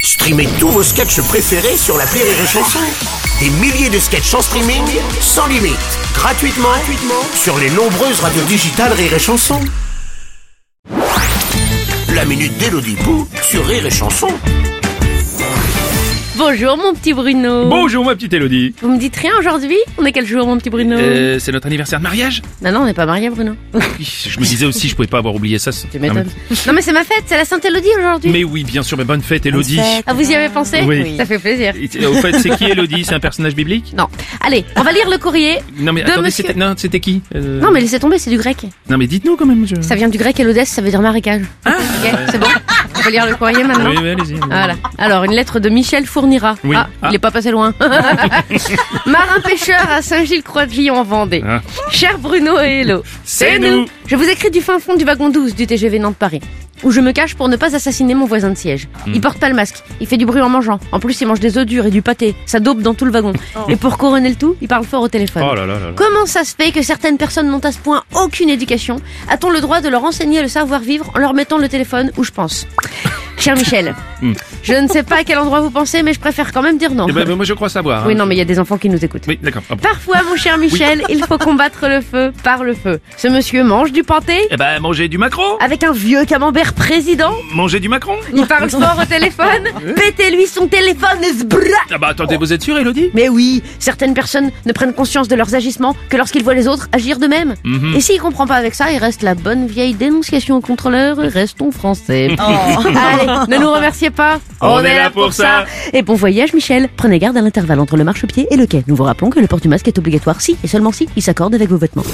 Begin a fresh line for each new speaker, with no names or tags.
Streamez tous vos sketchs préférés sur la Rire et Chanson. Des milliers de sketchs en streaming, sans limite, gratuitement, gratuitement sur les nombreuses radios digitales Rire et Chanson. La minute d'Elodie Pou sur Rire et Chanson.
Bonjour mon petit Bruno.
Bonjour ma petite Elodie.
Vous me dites rien aujourd'hui On est quel jour mon petit Bruno
Euh, Ah, c'est notre anniversaire de mariage
Non non, on n'est pas mariés Bruno.
Je me disais aussi, je pouvais pas avoir oublié ça.
Tu m'étonnes. non mais c'est ma fête, c'est la Sainte-Élodie aujourd'hui.
Mais oui, bien sûr, mais bonne fête Elodie.
Ah vous y avez pensé
Oui.
Ça fait plaisir.
Et, Au fait, c'est qui Elodie C'est un personnage biblique
Non. Allez, on va lire le courrier.
Non mais
De
attendez,
monsieur-
c'était non, c'était qui Euh,
Non mais laissez tomber, c'est du grec.
non, mais dites-nous quand même. je-
Ça vient du grec Elodès, ça veut dire marécage. Ok, c'est bon. On peut lire le courrier maintenant.
Ah. Oui, oui, allez-y.
Voilà. Alors, une lettre de Michel Fournira.
Oui.
Ah,
Ah.
il est pas passé loin. Marin pêcheur à Saint-Gilles-Croix-de-Vie en Vendée.
Ah.
Cher Bruno et Hello.
C'est
Et
nous.
Je vous écris du fin fond du wagon 12 du TGV Nantes-Paris. Où je me cache pour ne pas assassiner mon voisin de siège.
Hmm.
Il porte pas le masque, il fait du bruit en mangeant. En plus, il mange des œufs durs et du pâté. Ça dope dans tout le wagon. Et pour couronner le tout, il parle fort au téléphone.
Oh là là là. là.
Comment ça se fait que certaines personnes n'ont à ce point aucune éducation A-t-on le droit de leur enseigner le savoir-vivre en leur mettant le téléphone où je pense Cher Michel,
Hmm.
je ne sais pas à quel endroit vous pensez, mais je préfère quand même dire non.
Eh ben, ben, moi je crois savoir.
Oui,
hein.
non, mais il y a des enfants qui nous écoutent.
Oui, d'accord. Ah bon.
Parfois, mon cher Michel, il faut combattre le feu par le feu. Ce monsieur mange du panté
Eh ben, mangez du macro.
avec un vieux camembert président.
Mangez du macron.
Il parle fort au téléphone. Pétez-lui son téléphone, sbra
Ah bah attendez, vous êtes sûr Elodie
Mais oui, certaines personnes ne prennent conscience de leurs agissements que lorsqu'ils voient les autres agir de même.
Mhm.
Et s'il comprend pas avec ça, il reste la bonne vieille dénonciation au contrôleur, restons français. Allez, ne nous remerciez pas.
Oh. On est là pour ça.
Et bon voyage Michel. Prenez garde à l'intervalle entre le marchepied et le quai. Nous vous rappelons que le port du masque est obligatoire si et seulement si il s'accorde avec vos vêtements.